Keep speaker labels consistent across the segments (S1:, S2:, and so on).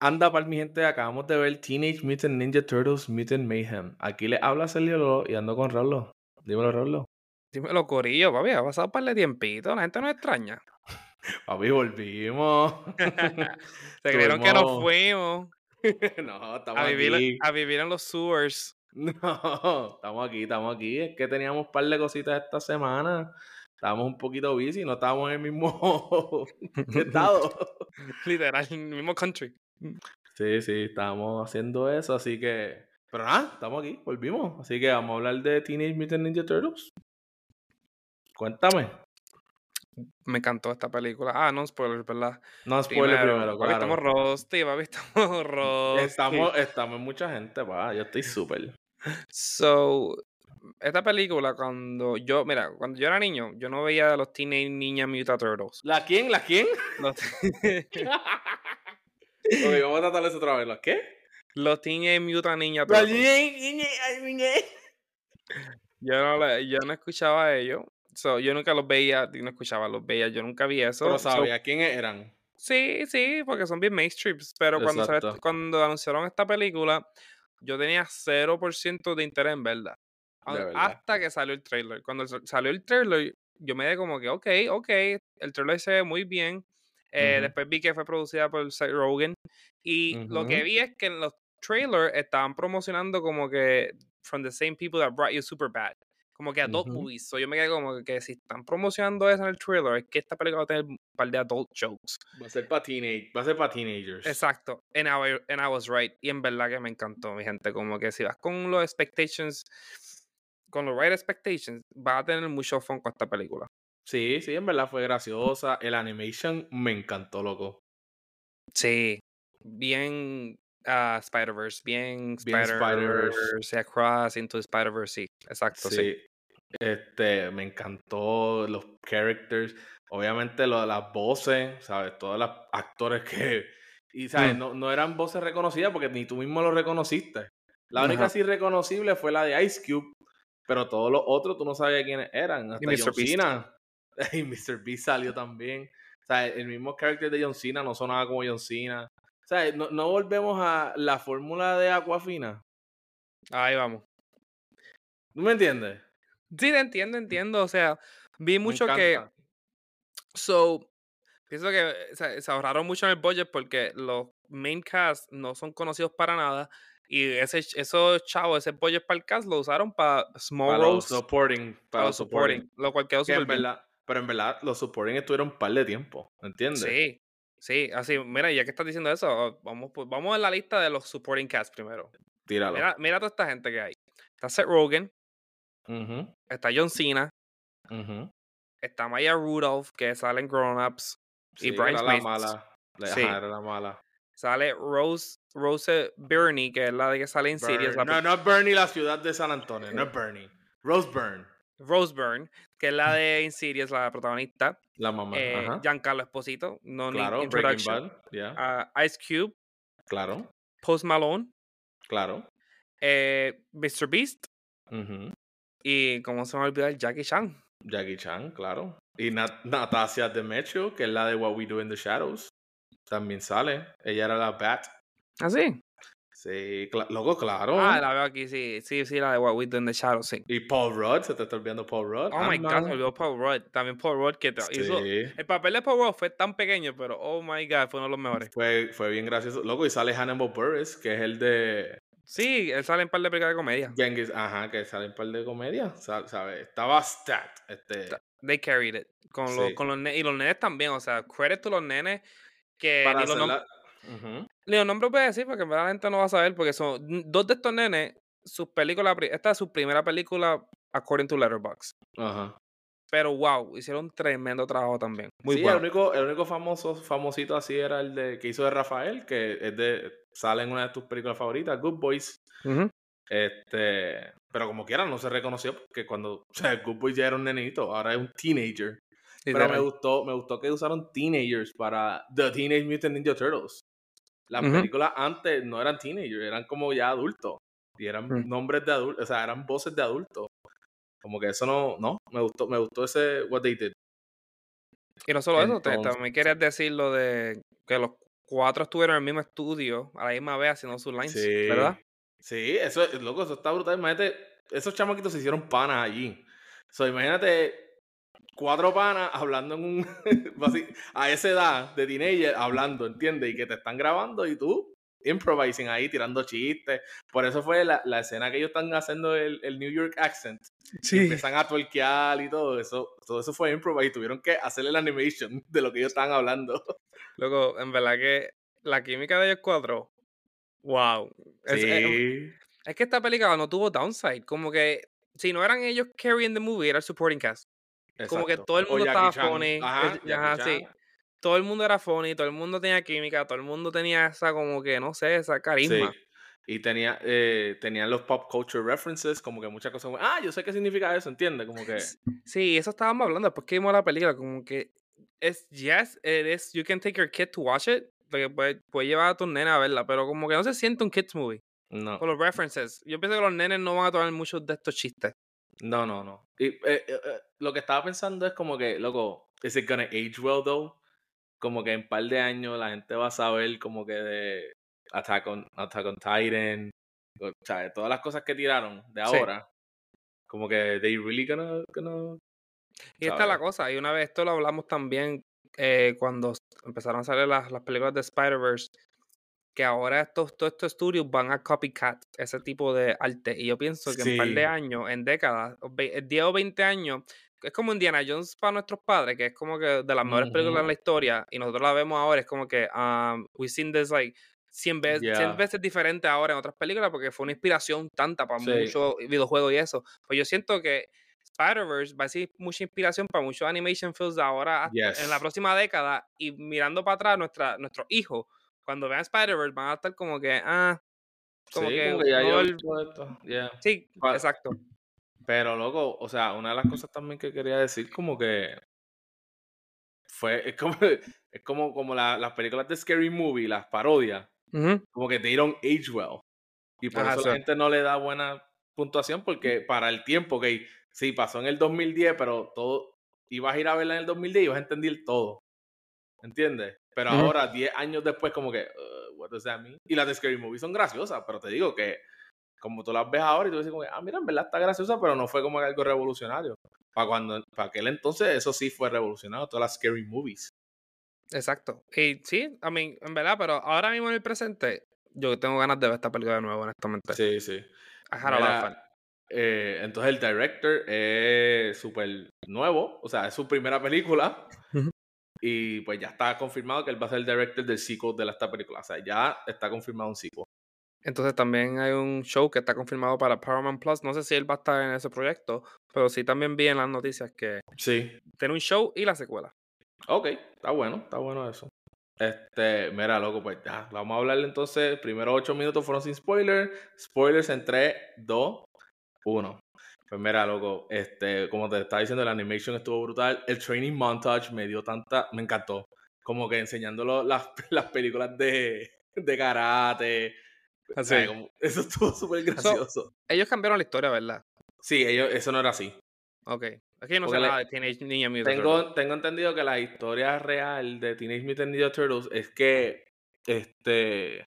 S1: Anda pal, mi gente, acabamos de ver Teenage Mutant Ninja Turtles Mutant Mayhem. Aquí les habla Sergio Lolo y ando con Rolo. Dímelo, Rolo.
S2: Dímelo, Corillo, papi, ha pasado un par de tiempito, la gente no extraña.
S1: Papi, volvimos.
S2: Se creyeron que nos
S1: Tuvimos-
S2: fuimos
S1: No, estamos
S2: a vivir,
S1: aquí.
S2: a vivir en los sewers.
S1: No, estamos aquí, estamos aquí. Es que teníamos un par de cositas esta semana. Estábamos un poquito busy, no estábamos en el mismo estado.
S2: Literal, en el mismo country.
S1: Sí, sí, estábamos haciendo eso, así que... Pero nada, estamos aquí, volvimos. Así que vamos a hablar de Teenage Mutant Ninja Turtles. Cuéntame.
S2: Me encantó esta película. Ah, no, spoiler, ¿verdad?
S1: No, spoiler primero,
S2: papi,
S1: claro.
S2: estamos rosti, papi, estamos rosti.
S1: Estamos, estamos en mucha gente, pa. Yo estoy súper.
S2: So, esta película, cuando yo, mira, cuando yo era niño, yo no veía a los Teenage Ninja Mutant Turtles.
S1: ¿La quién? ¿La quién?
S2: Los,
S1: ok, vamos a tratar eso otra vez. ¿La qué?
S2: los Teenage Mutant Ninja
S1: La
S2: Turtles. Yo no, la- yo no escuchaba a ellos. So, yo nunca los veía, y no escuchaba, los veía, yo nunca vi eso.
S1: Pero
S2: So,
S1: sabía quiénes eran.
S2: sí, sí, porque son bien mainstreams. Pero cuando, sale-
S1: Exacto.
S2: cuando anunciaron esta película, yo tenía 0% de interés en verla. A-
S1: De verdad.
S2: Hasta que salió el trailer. Cuando sa- salió el trailer, yo me di como que, ok, ok, el trailer se ve muy bien. Eh,
S1: Ujú.
S2: Después vi que fue producida por Seth Rogen. Y lo que
S1: Ujú.
S2: vi es que en los trailers estaban promocionando como que from the same people that brought you super bad. Como que adult
S1: Ujú.
S2: movies. So yo me quedé como que si están promocionando eso en el trailer, es que esta película va a tener un par de adult jokes.
S1: Va a ser para teenage, va a ser para teenagers.
S2: Exacto. And I, wa- and I was right. Y en verdad que me encantó, mi gente. Como que si vas con los expectations, con los right expectations, vas a tener mucho fun con esta película.
S1: Sí, sí, en verdad fue graciosa. El animation me encantó, loco.
S2: Sí. Bien ah, Spider-Verse, bien
S1: Bien Spider-Verse.
S2: Spider-Verse, Across into the Spider-Verse, sí. Exacto, sí.
S1: Sí. Este, me encantó los characters. Obviamente lo de las voces, ¿sabes? Todos los actores que... Y, ¿sabes?
S2: Mm.
S1: No, no eran voces reconocidas porque ni tú mismo lo reconociste. La única
S2: Ajá.
S1: así reconocible fue la de Ice Cube, pero todos los otros tú no sabías quiénes eran. Hasta
S2: Mr.
S1: John
S2: Beast.
S1: Cena. Y Mr. Beast salió también. O sea, el mismo carácter de John Cena no sonaba como John Cena. O sea, no, no volvemos a la fórmula de Aquafina.
S2: Ahí vamos.
S1: ¿Tú me entiendes?
S2: Sí, te entiendo, entiendo. O sea, vi
S1: Me
S2: mucho que.
S1: encanta.
S2: So, pienso que eh, se, se ahorraron mucho en el budget porque los main cast no son conocidos para nada. Y ese, ch- esos chavos, ese budget para el cast lo usaron para small
S1: Para los
S2: roles,
S1: supporting.
S2: para los supporting, lo cual quedó
S1: Que en
S2: súper bien.
S1: verdad, pero en verdad, los supporting estuvieron un par de tiempo. ¿Entiendes?
S2: Sí, sí, así, mira, ya que estás diciendo eso, ah, vamos, por- vamos a la lista de los supporting cast primero.
S1: Tíralo.
S2: Mira, mira toda esta gente que hay. Está Seth Rogen,
S1: Ujú,
S2: está John Cena,
S1: ujú.
S2: está Maya Rudolph, que sale en Grown Ups,
S1: Sí,
S2: Brian
S1: era la
S2: Smith.
S1: mala. Le-
S2: Sí.
S1: Ajá, era la mala.
S2: sale Rose, Rose Bernie, que es la de que sale en series,
S1: Burn. No, no es Bernie la Eh. ciudad de San Antonio. No es Bernie. Rose Byrne.
S2: Rose Byrne, que es la de Insidious, la protagonista.
S1: La mamá.
S2: eh,
S1: Mm. Ajá.
S2: Giancarlo Esposito, no need
S1: Claro, Breaking
S2: introduction.
S1: Bad. ya,
S2: ah, Ice Cube,
S1: Claro,
S2: Post Malone,
S1: claro.
S2: eh, Mr. Beast
S1: ujú.
S2: y, ¿cómo se me olvida? Jackie Chan.
S1: Jackie Chan, claro. Y Nat Natasia Demetrio, que es la de What We Do in the Shadows. También sale. Ella era la Bat.
S2: ¿Ah, sí?
S1: Sí, cla- loco, claro.
S2: Ah, la veo aquí, sí, sí, sí, la de What We Do in the Shadows, sí.
S1: Y Paul Rudd, se te está olvidando Paul Rudd.
S2: Oh my god,
S1: Ant-Man.
S2: se me olvidó Paul Rudd. También Paul Rudd que tra- hizo.
S1: Sí,
S2: El papel de Paul Rudd fue tan pequeño, pero oh my god, fue uno de los mejores.
S1: Fue, fue bien gracioso. Loco, y sale Hannibal Burris, que es el de
S2: Sí, él sale en par de películas de comedia.
S1: Genghis, ajá, que sale en par de comedia, sa- ¿sabes? Estaba stat, este,
S2: Ta- They carried it. Con los,
S1: Sí.
S2: con los ne- y los nenes también, o sea, credit to los nenes que
S1: para
S2: ni los,
S1: hacer
S2: nom-
S1: la... Ujú.
S2: ni los nombres voy a decir porque en verdad la gente no va a saber porque son n- dos de estos nenes, sus películas, pri- esta es su primera película according to Letterboxd.
S1: Ajá.
S2: Pero wow, hicieron un tremendo trabajo también. Muy
S1: sí,
S2: bueno.
S1: el único, el único famoso, famosito así era el de que hizo de Rafael, que es de, sale en una de tus películas favoritas, Good Boys.
S2: Ujú.
S1: Este, pero como quiera, no se reconoció porque cuando, o sea, Good Boys ya era un nenito, ahora es un teenager. Pero me
S2: Literal.
S1: gustó, me gustó que usaron teenagers para The Teenage Mutant Ninja Turtles. Las
S2: Ujú.
S1: películas antes no eran teenagers, eran como ya adultos. Y eran
S2: Mm.
S1: nombres de adultos, o sea, eran voces de adultos. Como que eso no, no, me gustó, me gustó ese what they did.
S2: Y no solo eso, te-
S1: Entonces-
S2: también querías decir lo de que los cuatro estuvieron en el mismo estudio a la misma vez haciendo sus lines,
S1: Sí.
S2: ¿verdad?
S1: Sí, eso, es- loco, eso está brutal. Imagínate, esos chamaquitos se hicieron panas allí. So, imagínate cuatro panas hablando en un... así, a esa edad de teenager hablando, ¿entiendes? Y que te están grabando y tú improvising ahí, tirando chistes. Por eso fue la, la escena que ellos están haciendo el, el New York accent. Y
S3: Sí.
S1: empiezan a twerkear y todo eso. Todo eso fue improv y tuvieron que hacer el animation de lo que ellos estaban hablando.
S2: Luego, en verdad que la química de ellos cuatro, wow. Es, es- es que esta película no tuvo downside, como que si no eran ellos carrying the movie, era el supporting cast. Como que todo el
S1: O
S2: mundo
S1: Jackie
S2: estaba
S1: Chan.
S2: funny,
S1: Ajá,
S2: es-
S1: Jackie
S2: ajá, sí.
S1: Chan.
S2: Todo el mundo era funny, todo el mundo tenía química, todo el mundo tenía esa como que, no sé, esa
S1: Sí.
S2: carisma.
S1: Y tenía, eh, tenían los pop culture references, como que muchas cosas. como, Ah, yo sé qué significa eso, ¿entiendes? Como que.
S2: Sí, eso estábamos hablando después que vimos la película, como que es yes, it is, you can take your kid to watch it, porque puedes puede llevar a tu nena a verla, pero como que no se siente un kids movie
S1: No,
S2: con los references. Yo pienso que los nenes no van a tomar muchos de estos chistes.
S1: no, no. no. Y, eh, eh, eh, lo que estaba pensando es como que, loco, ¿is it gonna age well though? Como que en un par de años la gente va a saber, como que de Attack on, Attack on Titan, o sea, de todas las cosas que tiraron de
S2: Sí.
S1: ahora. Como que, ¿they really gonna, gonna
S2: Y esta es la
S1: Sabe.
S2: cosa, y una vez esto lo hablamos también eh, cuando s- empezaron a salir las, las películas de Spider-Verse, que ahora estos, todos estos estudios van a copycat ese tipo de arte. Y yo pienso que en un par
S1: Sí.
S2: de años, en décadas, o ve- eh, 10 o 20 años, es como Indiana Jones para nuestros padres, que es como que de las mejores películas
S1: Ujú.
S2: en la historia, y nosotros la vemos ahora, es como que um, we've seen this like 100 veces,
S1: Yeah.
S2: veces diferente ahora en otras películas, porque fue una inspiración tanta para
S1: Sí.
S2: muchos videojuegos y eso. Pues yo siento que Spider-Verse va a ser mucha inspiración para muchos animation films de ahora hasta- en la
S1: Yes.
S2: próxima década y mirando para atrás nuestra, nuestros hijos, cuando vean Spider-Verse van a estar como que, ah, como
S1: sí,
S2: que,
S1: como que ya
S2: no
S1: yo he
S2: el-
S1: visto esto. Yeah.
S2: sí,
S1: Pa-
S2: exacto.
S1: Pero loco, o sea, una de las cosas también que quería decir como que fue es como es como como la- las películas de scary movie, las parodias,
S2: Ujú.
S1: como que they don't age well. Y por
S2: Ajá,
S1: eso
S2: sí.
S1: la gente no le da buena puntuación porque para el tiempo que sí pasó en el 2010, pero todo ibas a ir a verla en el 2010 y ibas a entender todo. ¿Entiendes? Pero
S2: Ujú.
S1: ahora 10 años después como que uh, what does that mean? Y las de scary movie son graciosas, pero te digo que como tú las ves ahora y tú dices, como que, ah, mira, en verdad está graciosa, pero no fue como que algo revolucionario. Para cuando, para aquel entonces, eso sí fue revolucionado, todas las scary movies.
S2: Exacto. Y sí, I mean, en verdad, pero ahora mismo en el presente, yo tengo ganas de ver esta película de nuevo, honestamente.
S1: Sí, sí.
S2: I had a lot of
S1: Mira,
S2: fun.
S1: eh, entonces el director es súper nuevo, o sea, es su primera película.
S2: Ujú.
S1: Y pues ya está confirmado que él va a ser el director del sequel de la- esta película. O sea, ya está confirmado un sequel.
S2: Entonces también hay un show que está confirmado para Paramount Plus. No sé si él va a estar en ese proyecto, pero sí también vi en las noticias que
S1: Sí.
S2: tiene un show y la secuela.
S1: Ok, está bueno, está bueno eso. Este, mira, loco, pues ya, vamos a hablarle entonces. Primero 8 minutos fueron sin spoiler. Spoilers en 3, 2, 1. Pues mira, loco, este, como te estaba diciendo, la animation estuvo brutal. El training montage me dio tanta, me encantó. Como que enseñándolo las, las películas de, de karate.
S2: Así.
S1: ¿sabes? Ah, Como- eso estuvo súper gracioso.
S2: Ellos cambiaron la historia, ¿verdad?
S1: Sí, ellos, eso no era así.
S2: Ok. Aquí yo no
S1: Porque
S2: sé
S1: le-
S2: nada de Teenage Ninja Mutant Turtles.
S1: Tengo, tengo entendido que la historia real de Teenage Mutant Ninja Turtles es que, este,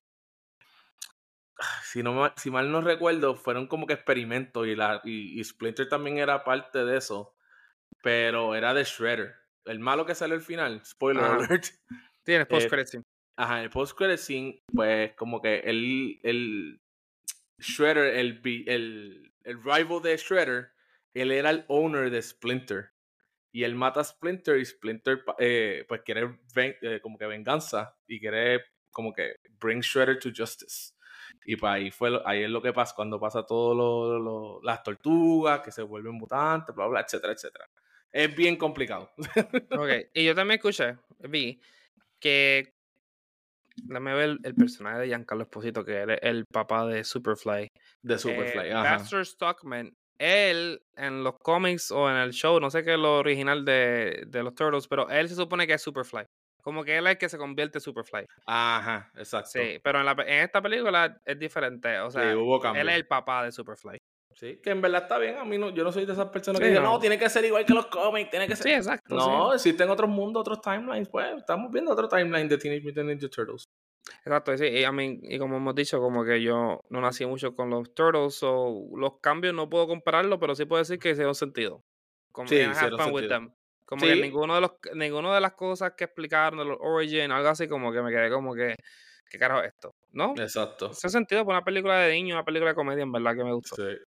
S1: ah, si, no, ma- si mal no recuerdo, fueron como que experimentos y, la, y, y Splinter también era parte de eso, pero era de Shredder. El malo que sale al final, spoiler
S2: Ajá.
S1: alert.
S2: Tienes post
S1: eh, Ajá, en el post credit scene, pues como que el, el Shredder, el, vi- el, el rival de Shredder, él era el owner de Splinter. Y él mata a Splinter y Splinter pa- eh, pues quiere ven- eh, como que venganza y quiere como que bring Shredder to justice. Y pues ahí, fue lo- ahí es lo que pasa cuando pasa todo lo, lo- las tortugas, que se vuelven mutantes, bla, bla, etcétera, etcétera. Es bien complicado.
S2: Ok. Y yo también escuché, vi, que... Dame ver el, el personaje de Giancarlo Esposito, que era el papá de Superfly.
S1: De
S2: Eh,
S1: Superfly. ajá.
S2: Baxter Stockman. Él, en los cómics o en el show, no sé qué es lo original de, de los Turtles, pero él se supone que es Superfly. Como que él es el que se convierte en Superfly.
S1: Ajá, exacto.
S2: Sí, pero en, la pe- en esta película es diferente. O sea,
S1: Sí, hubo
S2: él
S1: cambio.
S2: es el papá de Superfly.
S1: Sí, que en verdad está bien. A mí no, yo no soy de esas personas
S2: Sí,
S1: que dicen,
S2: no.
S1: no, tiene que ser igual que los cómics, tiene que ser.
S2: Sí, exacto. sí.
S1: no, existen otros mundos, otros timelines. Pues estamos viendo otro timeline de Teenage Mutant Ninja Turtles.
S2: Exacto, sí, y, I mean, y como hemos dicho, como que yo no nací mucho con los Turtles, o los cambios no puedo compararlo, pero sí puedo decir que hicieron sentido. Como
S1: Sí,
S2: que I had
S1: hicieron
S2: fun with
S1: sentido.
S2: them. Como
S1: Sí.
S2: que ninguno de los, ninguno de las cosas que explicaron de los Origin, algo así, como que me quedé como que, ¿qué carajo es esto? ¿No?
S1: Exacto.
S2: Hace sentido para una película de niño, una película de comedia, en verdad que me gustó.
S1: Sí.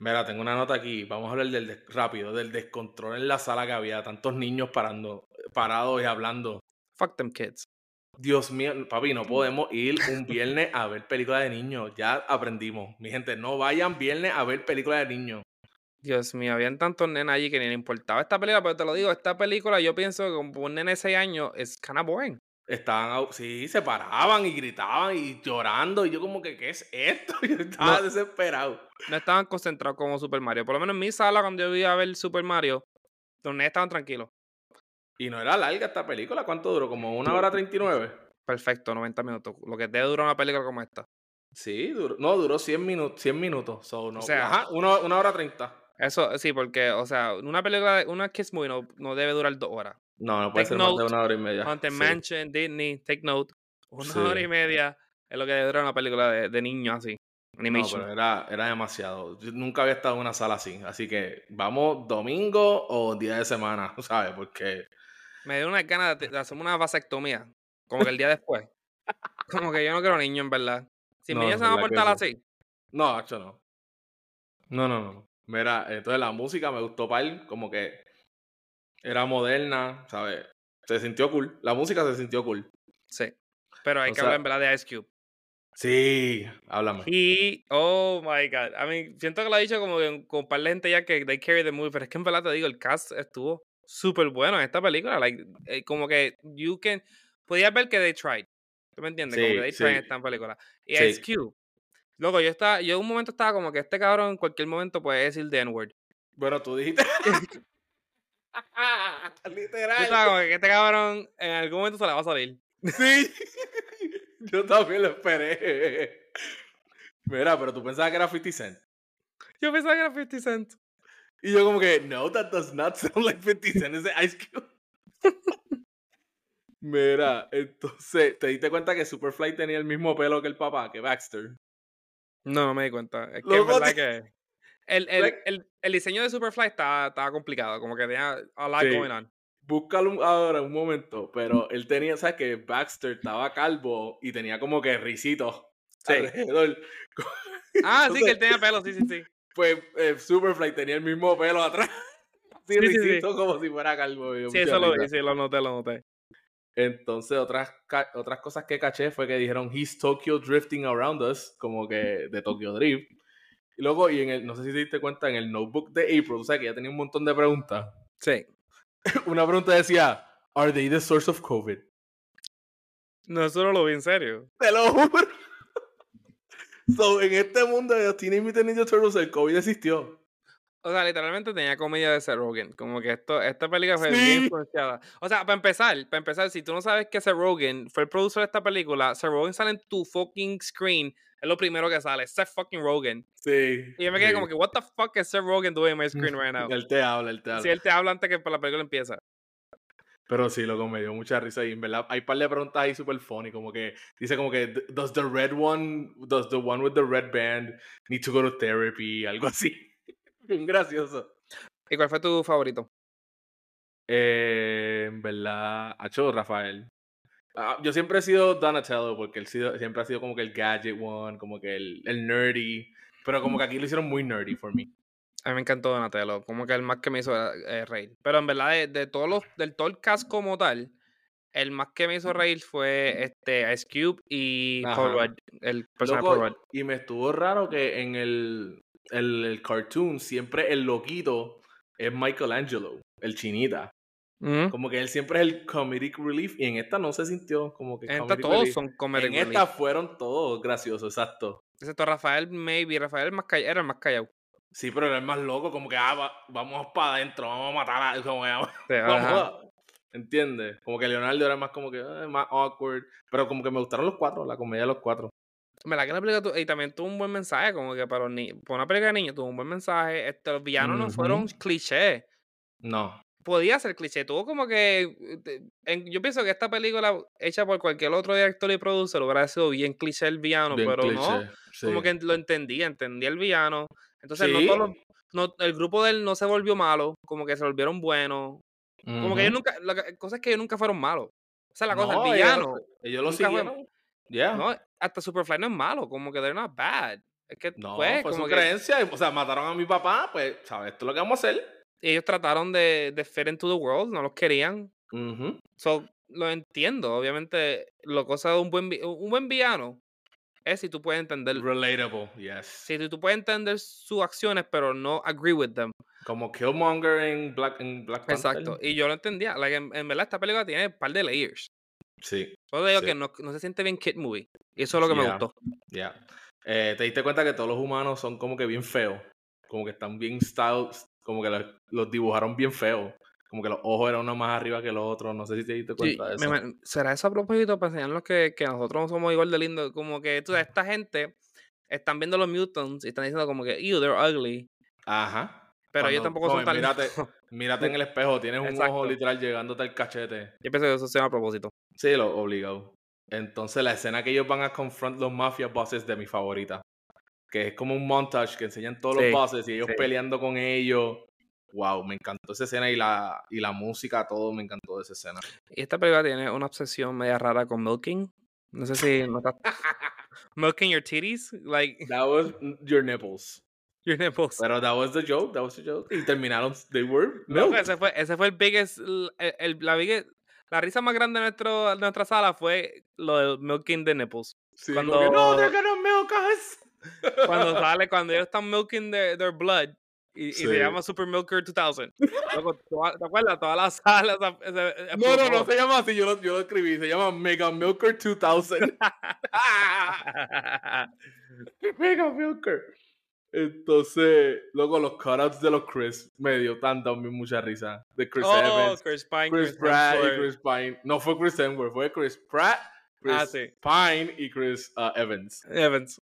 S1: Mira, tengo una nota aquí. Vamos a hablar del des- rápido, del descontrol en la sala que había. Tantos niños parando, parados y hablando.
S2: Fuck them kids.
S1: Dios mío, papi, no podemos ir un viernes a ver películas de niños. Ya aprendimos. Mi gente, no vayan viernes a ver películas de niños.
S2: Dios mío, habían tantos nenes allí que ni le importaba esta película, pero te lo digo, esta película yo pienso que como un nene de 6 años es kinda boring.
S1: Estaban, au- sí, se paraban y gritaban y llorando. Y yo como que, ¿qué es esto? Yo estaba
S2: No.
S1: desesperado.
S2: No estaban concentrados como Super Mario. Por lo menos en mi sala, cuando yo iba a ver Super Mario, los nenes estaban tranquilos.
S1: Y no era larga esta película. ¿Cuánto duró? Como una hora treinta y nueve.
S2: Perfecto, 90 minutos. Lo que debe durar una película como esta.
S1: Sí, duró, no, duró 100 minutos. 100 minutos. So, no,
S2: sea-
S1: ajá, una, una hora treinta.
S2: Eso sí, porque, o sea, una película, de- una Kiss Movie no, no debe durar dos horas.
S1: No, no puede
S2: Take
S1: ser más de
S2: note,
S1: una hora y media.
S2: Haunted
S1: sí.
S2: Mansion, Disney, Take Note, una
S1: Sí.
S2: hora y media es lo que debe durar una película de, de niños así.
S1: No,
S2: Animation.
S1: pero era, era demasiado. Yo nunca había estado en una sala así. Así que vamos domingo o día de semana, ¿sabes? Porque
S2: Me dio una ganas de, de hacerme una vasectomía. Como que el día después. Como que yo no quiero niño, en verdad. Si
S1: No,
S2: mi niña
S1: en
S2: se va a
S1: verdad que
S2: portar
S1: sí.
S2: así,
S1: No, hecho no. No, no, no. no. Mira, entonces la música me gustó pal, como que era moderna, ¿sabes? Se sintió cool. La música se sintió cool.
S2: sí. Pero hay
S1: O
S2: que hablar
S1: sea-
S2: en verdad de Ice Cube.
S1: Sí, háblame.
S2: Y, oh my god. I mean, siento que lo he dicho como que en- con un par de gente ya que they carry the movie, pero es que en verdad te digo, el cast estuvo súper bueno en esta película. Like, eh, como que you can. Podías ver que they tried. ¿Tú me entiendes? como
S1: Sí,
S2: que they tried en
S1: sí.
S2: esta película. Y
S1: Sí.
S2: Ice Cube. Loco, yo estaba, yo en un momento estaba como que este cabrón en cualquier momento puede decir the N-word.
S1: Bueno, tú dijiste.
S2: Yo estaba
S1: Literal.
S2: como que este cabrón en algún momento se la va a salir.
S1: Sí. Yo también lo esperé. Mira, pero tú pensabas que era 50 Cent.
S2: Yo pensaba que era 50 Cent.
S1: Y yo como que, no, that does not sound like 50 Cent, es de Ice Cube. Mira, entonces, ¿te diste cuenta que Superfly tenía el mismo pelo que el papá, que Baxter?
S2: No, no me di cuenta. Es que en
S1: Loco,
S2: verdad
S1: te-
S2: que. El, el-
S1: Like-
S2: el- el diseño de Superfly estaba, estaba complicado, como que tenía a lot
S1: Sí.
S2: going on.
S1: Búscalo un- ahora un momento, pero él tenía, ¿sabes que Baxter estaba calvo y tenía como que risitos
S2: Sí.
S1: alrededor.
S2: Ah, sí, que
S1: Entonces-
S2: él tenía pelo, sí, sí, sí.
S1: Pues eh, Superfly tenía el mismo pelo atrás. Así
S2: Sí, sí, sí.
S1: risito como si fuera calvo. me dio
S2: Sí,
S1: mucha
S2: eso lo
S1: risa.
S2: vi, sí, lo noté, lo noté.
S1: Entonces, otras, ca- otras cosas que caché fue que dijeron, He's Tokyo drifting around us, como que de Tokyo Drift. Y luego, y en el, no sé si te diste cuenta, en el notebook de April, o sea, que ya tenía un montón de preguntas.
S2: Sí.
S1: Una pregunta decía, ¿Are they the source of COVID?
S2: No, eso no lo vi en serio.
S1: Te lo juro. so, en este mundo de los Teenage Mutant Ninja Turtles, el COVID existió.
S2: O sea, literalmente tenía comedia de Seth Rogen. Como que esto, esta película fue
S1: Sí.
S2: bien influenciada. O sea, para empezar, para empezar, si tú no sabes que Seth Rogen fue el productor de esta película, Seth Rogen sale en tu fucking screen. Es lo primero que sale, Seth fucking Rogen.
S1: Sí.
S2: Y yo me quedé como que, what the fuck is Seth Rogen doing in my screen right now?
S1: Él te habla, él te habla.
S2: Si él te habla antes que la película empieza.
S1: Pero sí, loco, me dio mucha risa y en verdad hay par de preguntas ahí super funny, como que dice como que "D- does the red one, does the one with the red band need to go to therapy, algo así. Bien gracioso.
S2: ¿Y cuál fue tu favorito?
S1: Eh, en verdad, hecho Rafael. Ah, yo siempre he sido Donatello porque él sido- siempre ha sido como que el gadget one, como que el, el nerdy, pero como que aquí lo hicieron muy nerdy for me.
S2: A mí me encantó Donatello, como que el más que me hizo era, eh, reír. Pero en verdad, de, de todos los, del todo el cast como tal, el más que me hizo reír fue este Ice Cube y Paul
S1: Ajá.
S2: Rudd, el personaje de
S1: Loco,
S2: Paul Rudd.
S1: y me estuvo raro que en el, el, el cartoon siempre el loquito es Michelangelo, el chinita.
S2: Ujú.
S1: Como que él siempre es el comedic relief y en esta no se sintió como que
S2: En esta
S1: comedic
S2: todos
S1: relief.
S2: son comedy
S1: En
S2: relief.
S1: esta fueron todos graciosos, exacto.
S2: Excepto Rafael, maybe. Rafael más calla- era el más callado.
S1: Sí, pero era el más loco, como que ah, va- vamos para adentro, vamos a matar a... Como que, vamos
S2: Sí, ajá.
S1: a- ¿Entiendes? Como que Leonardo era más como que eh, más awkward, pero como que me gustaron los cuatro, la comedia de los cuatro.
S2: Me la que la película tu- y también tuvo un buen mensaje, como que para, los ni- para una película de niños tuvo un buen mensaje. Este, los villanos no fueron
S1: Ujú.
S2: clichés.
S1: No.
S2: podía ser cliché. Tuvo como que. de- en- yo pienso que esta película, hecha por cualquier otro director y producer, hubiera sido bien cliché el villano,
S1: Bien
S2: pero no.
S1: cliché, sí.
S2: Como que lo entendía, entendía el villano. Entonces, no
S1: Sí.
S2: todos los- no- el grupo de él no se volvió malo, como que se volvieron buenos. Como que
S1: Ujú.
S2: ellos nunca. La ca- cosa es que ellos nunca fueron malos. Esa es la cosa,
S1: No,
S2: el
S1: ellos-
S2: villano.
S1: Ellos lo
S2: nunca fue-
S1: siguieron. Ya.
S2: No, hasta Superfly no es malo, como que they're not bad. Es que
S1: No,
S2: pues,
S1: fue
S2: como
S1: su
S2: que
S1: creencia. O sea, mataron a mi papá, pues, ¿sabes? Esto es lo que vamos a hacer.
S2: ellos trataron de, de fit into the world, no los querían.
S1: Ujú.
S2: So, lo entiendo, obviamente, lo cosa de un buen, vi- un buen villano es si tú puedes entender,
S1: Relatable, yes.
S2: si tú, tú puedes entender sus acciones, pero no agree with them.
S1: Como Killmonger en Black, en Black Panther.
S2: Exacto, y yo lo entendía. like, en, en verdad, esta película tiene un par de layers.
S1: Sí,
S2: Yo digo
S1: Sí.
S2: que no, no se siente bien kid movie, y eso es lo que me
S1: Yeah.
S2: gustó.
S1: ya. Eh, Te diste cuenta que todos los humanos son como que bien feos. Como que están bien styles. Como que los, los dibujaron bien feos. Como que los ojos eran uno más arriba que los otros. No sé si te diste
S2: Sí,
S1: cuenta de
S2: me
S1: eso.
S2: ima- ¿Será eso a propósito para enseñarnos que, que nosotros no somos igual de lindos? Como que tú sabes, esta gente están viendo los mutants y están diciendo como que, ew, they're ugly.
S1: Ajá.
S2: Pero ellos
S1: Cuando-
S2: tampoco
S1: Oh, no,
S2: son tan
S1: mírate,
S2: lindos.
S1: mírate en el espejo. Tienes un
S2: Exacto.
S1: ojo literal llegándote al cachete.
S2: Yo pienso que eso sea a propósito.
S1: Sí, lo obligado. Entonces la escena que ellos van a confront los mafia bosses de mi favorita. Que es como un montage que enseñan todos
S2: Sí,
S1: los bosses y ellos
S2: sí.
S1: peleando con ellos. Wow, me encantó esa escena y la, y la música, todo me encantó de esa escena.
S2: Y esta película tiene una obsesión media rara con milking. No sé si notas. milking your titties, like
S1: That was your nipples.
S2: your nipples.
S1: Pero that was the joke, that was the joke. Y terminaron, they were milk.
S2: Loco, pues, ese, fue, ese fue el biggest. l- el- el- la, biggest- la risa más grande de, nuestro, de nuestra sala fue lo del milking the nipples.
S1: Sí,
S2: cuando-
S1: como que, no, they're gonna milk us.
S2: cuando sale, cuando ellos están milking their, their blood. Y, y
S1: Sí.
S2: se llama Super Milker 2000. Loco, toda- ¿Te acuerdas? Todas las salas. esa- esa-
S1: No, no, no
S2: explotó.
S1: se llama así, yo lo, yo lo escribí, se llama Mega Milker 2000. Mega Milker. Entonces, luego los cutouts de los Chris me dio tanta a mí mucha risa. De Chris
S2: oh,
S1: Evans,
S2: Chris Pine.
S1: Chris, Pratt
S2: Hemsworth.
S1: y Chris Pine. No fue Chris Hemsworth, fue Chris Pratt, Chris
S2: Ah, sí.
S1: Pine y Chris ah, Evans.
S2: Evans.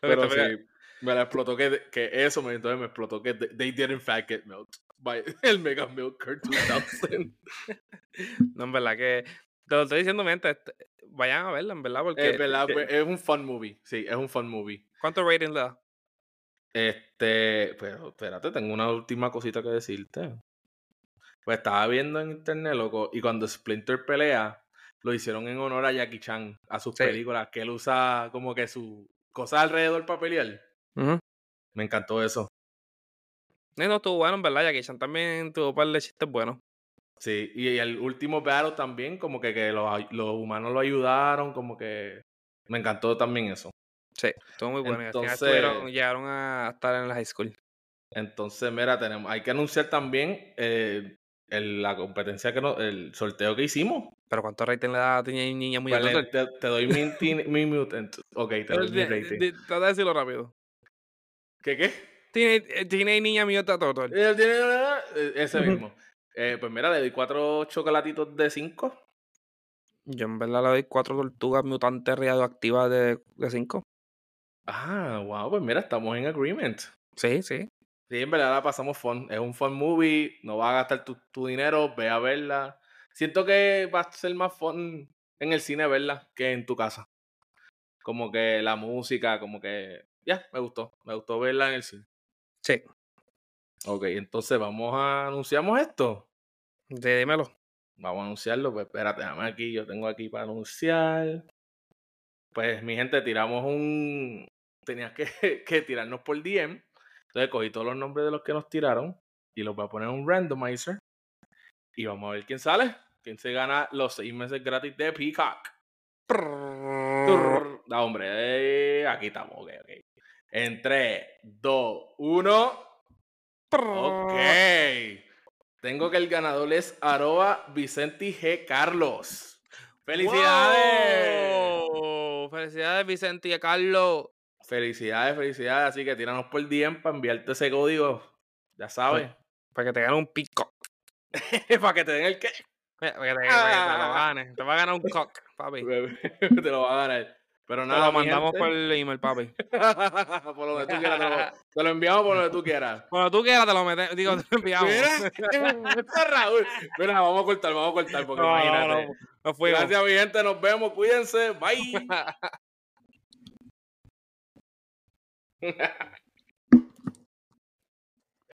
S2: Loco,
S1: Pero
S2: esta película-
S1: sí, me la explotó que, que eso, me, entonces me explotó que they, they did in fact get milked by el Mega Milker 2000.
S2: No, en verdad que. Te lo estoy diciendo, mientras eh, vayan a verla, en verdad. Porque,
S1: es verdad,
S2: que-
S1: pues, es un fun movie. Sí, es un fun movie.
S2: ¿Cuánto rating le da?
S1: Este, pero espérate, tengo una última cosita que decirte. Pues estaba viendo en internet, loco, y cuando Splinter pelea, lo hicieron en honor a Jackie Chan, a sus
S2: Sí.
S1: películas, que él usa como que su cosas alrededor para pelear.
S2: Ujú.
S1: Me encantó eso.
S2: No, no, estuvo bueno, en verdad. Jackie Chan también tuvo un par de chistes buenos.
S1: Sí, y el último battle también, como que, que los, ay- los humanos lo ayudaron, como que me encantó también eso.
S2: Sí, estuvo muy bueno.
S1: Entonces-
S2: y al final estuvieron- llegaron a estar en la high school.
S1: Entonces, mira, tenemos, hay que anunciar también eh, el- la competencia que no- el sorteo que hicimos.
S2: Pero ¿cuánto rating le da a Niña, niña muy
S1: Pues le- te, te doy mi, tin- mi mutant. Ok, te
S2: Pero
S1: doy mi
S2: de- de-
S1: rating.
S2: de- Trata de decirlo rápido. eh,
S1: ¿Qué qué?
S2: Tiene, tiene niña miota total.
S1: Eh, eh, Ese
S2: Ujú.
S1: mismo. Eh, pues mira, le doy cuatro chocolatitos de cinco.
S2: Yo en verdad le doy cuatro tortugas mutantes radioactivas de, de cinco.
S1: Ah, wow, pues mira, estamos en agreement.
S2: Sí, sí.
S1: Sí, en verdad la pasamos fun. Es un fun movie. No vas a gastar tu, tu dinero. Ve a verla. Siento que va a ser más fun en el cine verla que en tu casa. Como que la música, como que. Ya, me gustó. Me gustó verla en el cine.
S2: Sí.
S1: Ok, entonces vamos a. Anunciamos esto.
S2: Sí, dímelo.
S1: Vamos a anunciarlo, pues espérate, déjame aquí, yo tengo aquí para anunciar. Pues mi gente, tiramos un... Tenías que, que tirarnos por DM. Entonces cogí todos los nombres de los que nos tiraron y los voy a poner en un randomizer. Y vamos a ver quién sale. ¿Quién se gana los seis meses gratis de Peacock? Turr. Da, hombre, eh, aquí estamos. ok, ok. En 3, 2, 1. Ok. Tengo que el ganador es arroba Vicente G. Carlos. ¡Felicidades!
S2: ¡Wow! Felicidades, Vicente y Carlos.
S1: Felicidades, felicidades. Así que tíranos por DM para enviarte ese código. Ya sabes.
S2: Para que te gane un pico.
S1: para que te den el que.
S2: Ah. Mira, Para que te, para que te lo ganes. Te va a ganar un cock, papi.
S1: te lo va a ganar. Pero
S2: Te
S1: nada,
S2: lo
S1: mi
S2: mandamos
S1: gente.
S2: por el email, papi.
S1: por donde tú quieras, te lo, te lo enviamos por donde tú quieras.
S2: Cuando tú quieras, te lo metemos. Digo, te lo enviamos.
S1: Mira, está Raúl. Mira, vamos a cortar, vamos a cortar, porque
S2: No, no,
S1: imagínate.
S2: no, nos fuimos.
S1: Gracias, mi gente. Nos vemos. Cuídense. Bye.